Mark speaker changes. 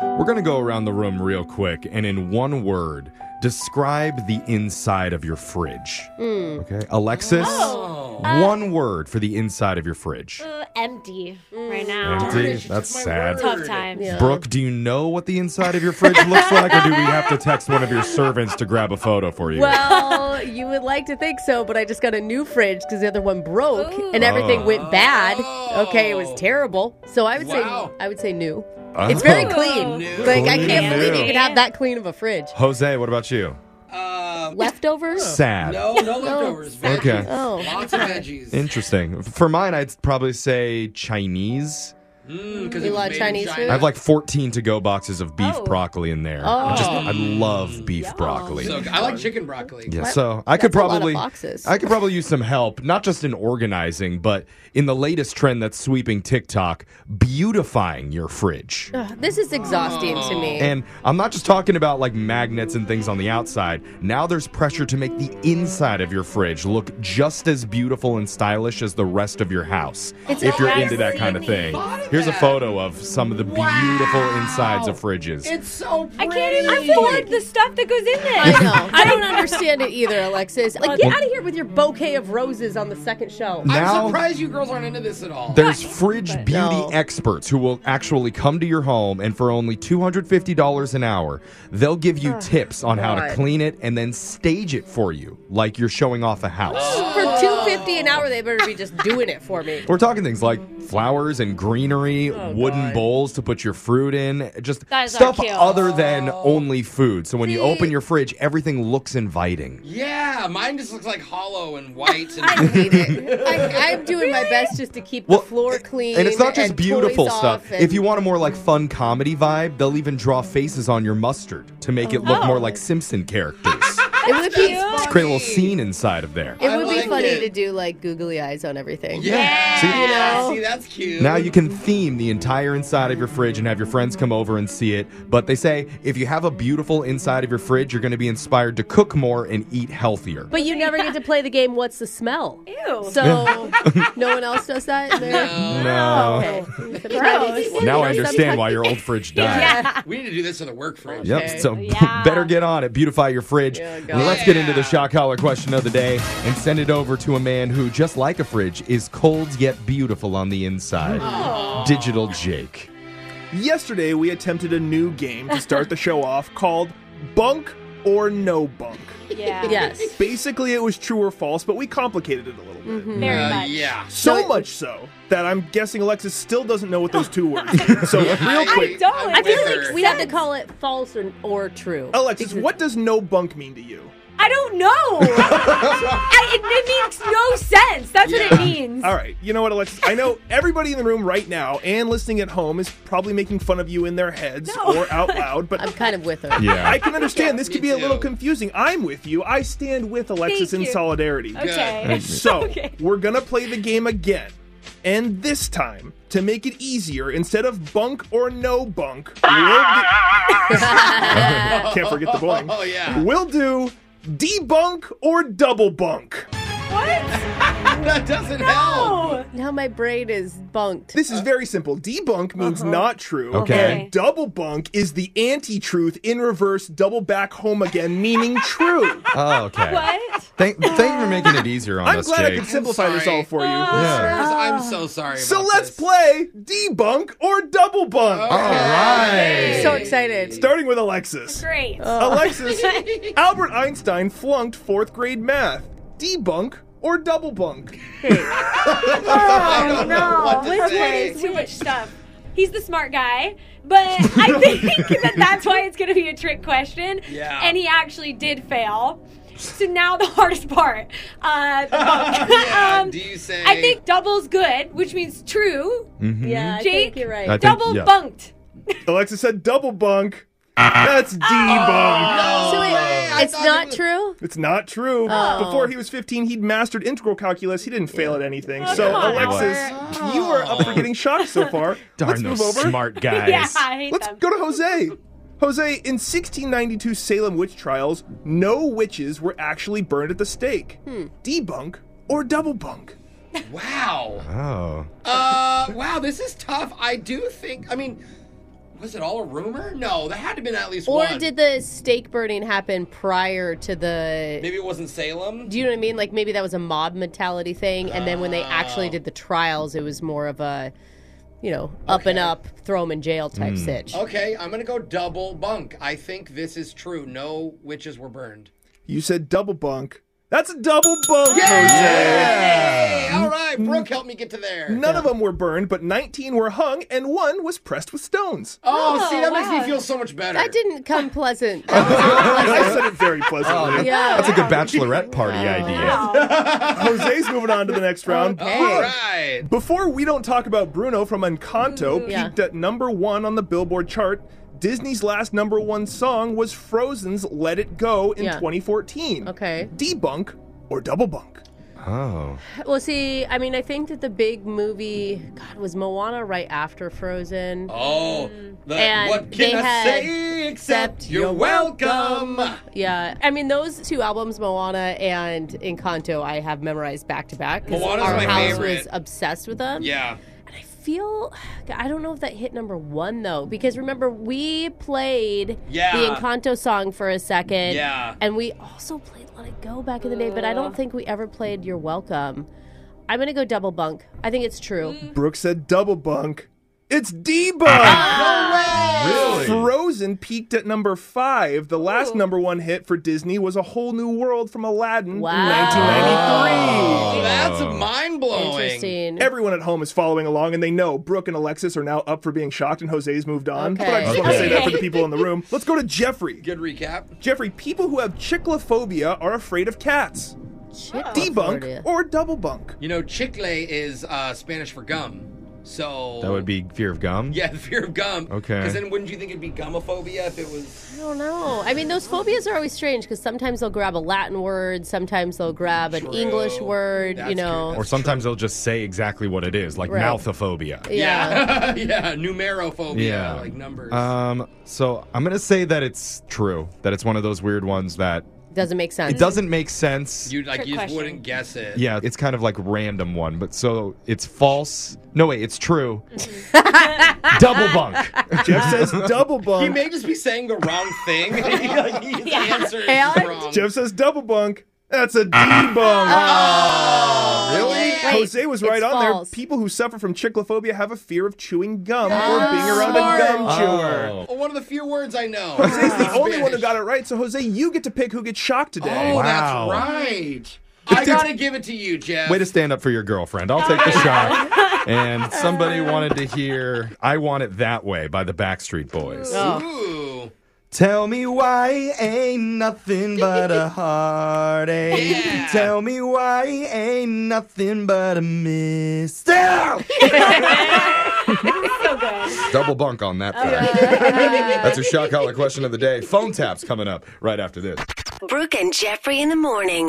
Speaker 1: We're going to go around the room real quick and in one word, describe the inside of your fridge.
Speaker 2: Hmm.
Speaker 1: Okay? Alexis,
Speaker 2: Oh. Uh,
Speaker 1: one word for the inside of your fridge.
Speaker 3: Uh, empty
Speaker 2: Mm.
Speaker 3: right now.
Speaker 1: Empty. That's sad.
Speaker 3: Tough times.
Speaker 1: Brooke, do you know what the inside of your fridge looks like, or do we have to text one of your servants to grab a photo for you?
Speaker 2: Well, you would like to think so, but I just got a new fridge because the other one broke and everything went bad. Okay, it was terrible. So I would
Speaker 4: Wow.
Speaker 2: say I would say new.
Speaker 1: Oh.
Speaker 2: It's very clean.
Speaker 4: New.
Speaker 2: Like I
Speaker 1: Clean
Speaker 2: can't
Speaker 1: and
Speaker 2: believe
Speaker 1: new.
Speaker 2: you could have that clean of a fridge.
Speaker 1: Jose, what about you?
Speaker 4: Uh,
Speaker 2: Leftovers?
Speaker 1: Sad.
Speaker 4: no, no leftovers. Veggies.
Speaker 1: Okay.
Speaker 2: Oh.
Speaker 4: Lots of veggies.
Speaker 1: Interesting. For mine, I'd probably say Chinese.
Speaker 4: Mm, 'cause
Speaker 2: You
Speaker 4: it was
Speaker 2: love
Speaker 4: made in
Speaker 2: Chinese
Speaker 4: China.
Speaker 2: food?
Speaker 1: I have like 14 to go boxes of beef
Speaker 3: Oh.
Speaker 1: broccoli in there.
Speaker 2: Oh.
Speaker 1: I just I love beef broccoli.
Speaker 4: So, I like chicken broccoli.
Speaker 1: yeah, so I could
Speaker 2: That's a lot of
Speaker 1: probably
Speaker 2: boxes.
Speaker 1: I could probably use some help, not just in organizing, but in the latest trend that's sweeping TikTok, beautifying your fridge.
Speaker 2: This is exhausting to me.
Speaker 1: And I'm not just talking about like magnets and things on the outside. Now there's pressure to make the inside of your fridge look just as beautiful and stylish as the rest of your house. if you're into that kind of thing. Here's a photo of some of the beautiful insides of fridges.
Speaker 4: It's so
Speaker 3: I
Speaker 4: pretty.
Speaker 3: can't even afford the stuff that goes in there.
Speaker 2: I know. I don't understand it either, Alexis. Like, get out of here with your bouquet of roses on the second shelf.
Speaker 4: I'm
Speaker 1: Now-
Speaker 4: surprised you girls aren't into this at all.
Speaker 1: There's fridge beauty
Speaker 2: No.
Speaker 1: experts who will actually come to your home and for only $250 an hour, they'll give you tips on how to
Speaker 2: God.
Speaker 1: clean it and then stage it for you like you're showing off a house.
Speaker 2: For two fifty an hour, they better be just doing it for me.
Speaker 1: We're talking things like flowers and greenery, wooden bowls to put your fruit in, just
Speaker 3: Guys are
Speaker 1: stuff
Speaker 3: cute.
Speaker 1: other than
Speaker 2: Oh.
Speaker 1: only food. So when you open your fridge, everything looks inviting.
Speaker 4: yeah, mine just looks like hollow and white. And
Speaker 2: I hate it. I, I'm doing my best just to keep
Speaker 1: Well,
Speaker 2: the floor clean.
Speaker 1: And it's not just
Speaker 2: and
Speaker 1: beautiful
Speaker 2: toys
Speaker 1: stuff.
Speaker 2: off and-
Speaker 1: If you want a more like fun comedy vibe, they'll even draw faces on your mustard to make it look
Speaker 3: Oh.
Speaker 1: more like Simpson characters.
Speaker 2: it would be
Speaker 4: That's
Speaker 1: Create a little
Speaker 4: funny.
Speaker 1: scene inside of there.
Speaker 2: it
Speaker 4: I
Speaker 2: would
Speaker 4: like
Speaker 2: be funny
Speaker 4: it.
Speaker 2: to do like googly eyes on everything.
Speaker 4: Yeah.
Speaker 1: See?
Speaker 4: Yeah, See, that's cute.
Speaker 1: Now you can theme the entire inside of your fridge and have your friends come over and see it. But they say if you have a beautiful inside of your fridge, you're going to be inspired to cook more and eat healthier.
Speaker 2: But you never get to play the game. What's the smell?
Speaker 3: Ew.
Speaker 2: So no one else does that. in there?
Speaker 4: Uh,
Speaker 1: no.
Speaker 2: Okay.
Speaker 3: Gross.
Speaker 1: Now I understand why your old fridge died.
Speaker 4: We need to do this for the work fridge.
Speaker 1: Yep.
Speaker 2: Okay.
Speaker 1: So
Speaker 3: Yeah.
Speaker 1: better get on it. Beautify your fridge.
Speaker 2: Yeah, God.
Speaker 1: Let's get into the
Speaker 4: Yeah.
Speaker 1: shock collar question of the day and send it over to a man who, just like a fridge, is cold yet beautiful on the inside. Digital Jake.
Speaker 5: Yesterday, we attempted a new game to start the show off called Bunk or No Bunk.
Speaker 3: Yeah.
Speaker 2: Yes.
Speaker 5: Basically, it was true or false, but we complicated it a little bit.
Speaker 3: Very
Speaker 4: Uh,
Speaker 3: much.
Speaker 4: yeah.
Speaker 5: So much so that I'm guessing Alexis still doesn't know what those two words mean. So, real
Speaker 3: I
Speaker 5: quick,
Speaker 3: don't.
Speaker 2: I feel
Speaker 4: Whether-
Speaker 2: like we have to call it false or, or true.
Speaker 1: Oh.
Speaker 5: Alexis, what does no bunk mean to you?
Speaker 3: I don't know. I, it, it makes no sense. That's what
Speaker 4: Yeah.
Speaker 3: it means.
Speaker 5: All right, you know what, Alexis? I know everybody in the room right now and listening at home is probably making fun of you in their heads
Speaker 3: No.
Speaker 5: or out loud, but
Speaker 2: I'm kind of with her.
Speaker 1: Yeah.
Speaker 5: I can understand this could
Speaker 4: me
Speaker 5: be a little
Speaker 4: too.
Speaker 5: confusing. I'm with you. I stand with Alexis
Speaker 3: Thank
Speaker 5: in
Speaker 3: you.
Speaker 5: solidarity.
Speaker 3: Okay.
Speaker 5: So,
Speaker 3: Okay.
Speaker 5: we're going to play the game again. And this time, to make it easier, instead of bunk or no bunk, we'll do- can't forget the boing.
Speaker 4: Oh, yeah.
Speaker 5: We'll do debunk or double bunk.
Speaker 3: What?
Speaker 4: That doesn't help.
Speaker 3: Oh.
Speaker 2: Now my brain is bunked.
Speaker 5: This is very simple. Debunk means not true.
Speaker 1: Okay.
Speaker 5: And double bunk is the anti truth in reverse, double back home again, meaning true.
Speaker 1: Oh, okay.
Speaker 3: What?
Speaker 1: Thank, thank you for making it easier on
Speaker 5: I'm
Speaker 1: us,
Speaker 5: glad I
Speaker 1: Jake.
Speaker 5: could simplify this
Speaker 4: sorry.
Speaker 5: all for you.
Speaker 1: Yeah.
Speaker 2: Ah.
Speaker 4: I'm so sorry.
Speaker 5: So
Speaker 4: about
Speaker 5: let's
Speaker 4: this.
Speaker 5: play debunk or double bunk.
Speaker 1: All right.
Speaker 2: so excited.
Speaker 5: Starting with Alexis.
Speaker 3: Great.
Speaker 2: Oh.
Speaker 5: Alexis, Albert Einstein flunked fourth grade math. Debunk or double bunk?
Speaker 4: I don't know what to
Speaker 3: Which one
Speaker 4: say.
Speaker 3: is too much stuff? He's the smart guy, but I think that that's why it's going to be a trick question.
Speaker 4: Yeah.
Speaker 3: And he actually did fail. So now the hardest part. Uh, the bunk.
Speaker 4: Yeah,
Speaker 3: Um,
Speaker 4: do you say?
Speaker 3: I think double's good, which means true.
Speaker 2: Yeah, I
Speaker 3: Jake?
Speaker 2: think you're right.
Speaker 1: I think-
Speaker 3: Double
Speaker 1: yeah.
Speaker 3: bunked.
Speaker 5: Alexis said double bunk.
Speaker 3: Oh.
Speaker 5: That's debunk.
Speaker 2: So wait,
Speaker 4: Oh, I
Speaker 2: it's
Speaker 4: thought
Speaker 2: not
Speaker 4: it was-
Speaker 2: true.
Speaker 5: It's not true.
Speaker 3: Oh.
Speaker 5: Before he was 15, he'd mastered integral calculus. He didn't fail at anything. so,
Speaker 3: Oh, come on,
Speaker 5: Alexis, you are up for getting shocked so far. Let's
Speaker 1: Darn
Speaker 5: move
Speaker 1: those
Speaker 5: over.
Speaker 1: smart guys.
Speaker 3: Yeah, I hate
Speaker 5: Let's
Speaker 3: them.
Speaker 5: go to Jose. Jose, in 1692 Salem witch trials, no witches were actually burned at the stake.
Speaker 3: Hmm.
Speaker 5: Debunk or double bunk?
Speaker 4: Wow.
Speaker 1: Oh.
Speaker 4: Uh, wow, this is tough. I do think. I mean, was it all a rumor? No, there had to have been at least
Speaker 2: Or
Speaker 4: one.
Speaker 2: did the stake burning happen prior to the?
Speaker 4: Maybe it wasn't Salem.
Speaker 2: Do you know what I mean? Like maybe that was a mob mentality thing, and then when they
Speaker 4: Oh.
Speaker 2: actually did the trials, it was more of a, you know, up and up, throw them in jail type sitch.
Speaker 4: Okay, I'm gonna go double bunk. I think this is true. No witches were burned.
Speaker 5: You said double bunk. That's a double bunk,
Speaker 4: Hey, all right,
Speaker 2: Mm.
Speaker 4: Brooke, help me get to there.
Speaker 5: Jose. None of them were burned, but 19 were hung, and one was pressed with stones.
Speaker 4: Oh, see, that makes
Speaker 3: wow.
Speaker 4: me feel so much better.
Speaker 2: That didn't come pleasant.
Speaker 5: I said it very pleasantly.
Speaker 2: yeah.
Speaker 1: That's a good bachelorette party idea.
Speaker 5: Jose's moving on to the next round.
Speaker 2: Okay.
Speaker 4: All right.
Speaker 5: Before we don't talk about Bruno from Encanto,
Speaker 2: Yeah.
Speaker 5: peaked at number one on the Billboard chart. Disney's last number one song was Frozen's "Let It Go" in
Speaker 2: Yeah.
Speaker 5: 2014.
Speaker 2: Okay.
Speaker 5: Debunk or double bunk?
Speaker 1: Oh.
Speaker 2: Well, see, I mean, I think that the big movie, God, was Moana right after Frozen.
Speaker 4: Oh, the,
Speaker 2: Mm. And
Speaker 4: what
Speaker 2: they
Speaker 4: can I
Speaker 2: had-
Speaker 4: say except
Speaker 2: except
Speaker 4: you're
Speaker 2: you're
Speaker 4: welcome?
Speaker 2: Yeah, I mean, those two albums, Moana and Encanto, I have memorized back to back. 'cause
Speaker 4: Moana's
Speaker 2: our
Speaker 4: my
Speaker 2: house
Speaker 4: favorite.
Speaker 2: was obsessed with them.
Speaker 4: Yeah.
Speaker 2: And I feel, I don't know if that hit number one though, because remember we played
Speaker 4: Yeah.
Speaker 2: the Encanto song for a second.
Speaker 4: Yeah.
Speaker 2: And we also played Let It Go back in the day, but I don't think we ever played You're Welcome. I'm gonna go double bunk. I think it's true.
Speaker 4: Mm-hmm.
Speaker 5: Brooke said double bunk. It's debunk.
Speaker 1: Really?
Speaker 5: Frozen peaked at number five. The last number one hit for Disney was "A Whole New World" from Aladdin
Speaker 2: Wow.
Speaker 5: in 1993.
Speaker 4: That's mind blowing.
Speaker 2: Interesting.
Speaker 5: Everyone at home is following along, and they know Brooke and Alexis are now up for being shocked, and Jose's moved on. But I just
Speaker 2: Okay.
Speaker 5: want to say that
Speaker 3: Okay.
Speaker 5: for the people in the room. Let's go to Jeffrey.
Speaker 4: Good recap.
Speaker 5: Jeffrey, people who have chiclophobia are afraid of cats.
Speaker 2: Shit, Oh, Florida.
Speaker 5: Debunk or double bunk?
Speaker 4: You know, chicle is uh, Spanish for gum. So
Speaker 1: That would be fear of gum?
Speaker 4: Yeah, the fear of gum.
Speaker 1: Okay.
Speaker 4: Because then wouldn't you think it'd be gumophobia if it was?
Speaker 2: I don't know. I mean, those phobias are always strange because sometimes they'll grab a Latin word, sometimes they'll grab an
Speaker 4: True.
Speaker 2: English word.
Speaker 4: That's
Speaker 2: you know.
Speaker 4: true.
Speaker 1: Or sometimes they'll just say exactly what it is, like
Speaker 2: Right.
Speaker 1: mouthophobia.
Speaker 4: Yeah.
Speaker 2: Yeah.
Speaker 4: yeah. Numerophobia.
Speaker 1: Yeah.
Speaker 4: Like numbers.
Speaker 1: Um, so I'm gonna say that it's true. That it's one of those weird ones that
Speaker 2: Doesn't make sense.
Speaker 1: it doesn't make sense.
Speaker 4: Mm. you like
Speaker 3: Trick
Speaker 4: you just
Speaker 3: question.
Speaker 4: wouldn't guess it.
Speaker 1: yeah, it's kind of like random one, but so it's false. No wait, it's true. Double bunk.
Speaker 5: Jeff says double
Speaker 4: He
Speaker 5: bunk.
Speaker 4: may just be saying the wrong thing. like, his answer is
Speaker 2: Alan?
Speaker 4: wrong.
Speaker 5: Jeff says double bunk. That's a debunk.
Speaker 4: really?
Speaker 2: Wait,
Speaker 5: Jose was right
Speaker 2: it's
Speaker 5: on
Speaker 2: false.
Speaker 5: there. People who suffer from chiclophobia have a fear of chewing gum or being around
Speaker 4: smart.
Speaker 5: a gum chewer.
Speaker 1: Oh.
Speaker 4: One of the few words I know.
Speaker 5: Jose's the
Speaker 4: Spanish.
Speaker 5: only one who got it right, so Jose, you get to pick who gets shocked today.
Speaker 4: Oh,
Speaker 1: Wow.
Speaker 4: that's right. I gotta give it to you, Jeff.
Speaker 1: Way to stand up for your girlfriend. I'll take the shot. And somebody wanted to hear I Want It That Way by the Backstreet Boys.
Speaker 4: Ooh.
Speaker 1: Tell me why ain't nothing but a heartache.
Speaker 4: Yeah.
Speaker 1: Tell me why ain't nothing but a mistake.
Speaker 3: so good.
Speaker 1: Double bunk on that fact. That's your shock collar question of the day. Phone taps coming up right after this.
Speaker 6: Brooke and Jeffrey in the morning.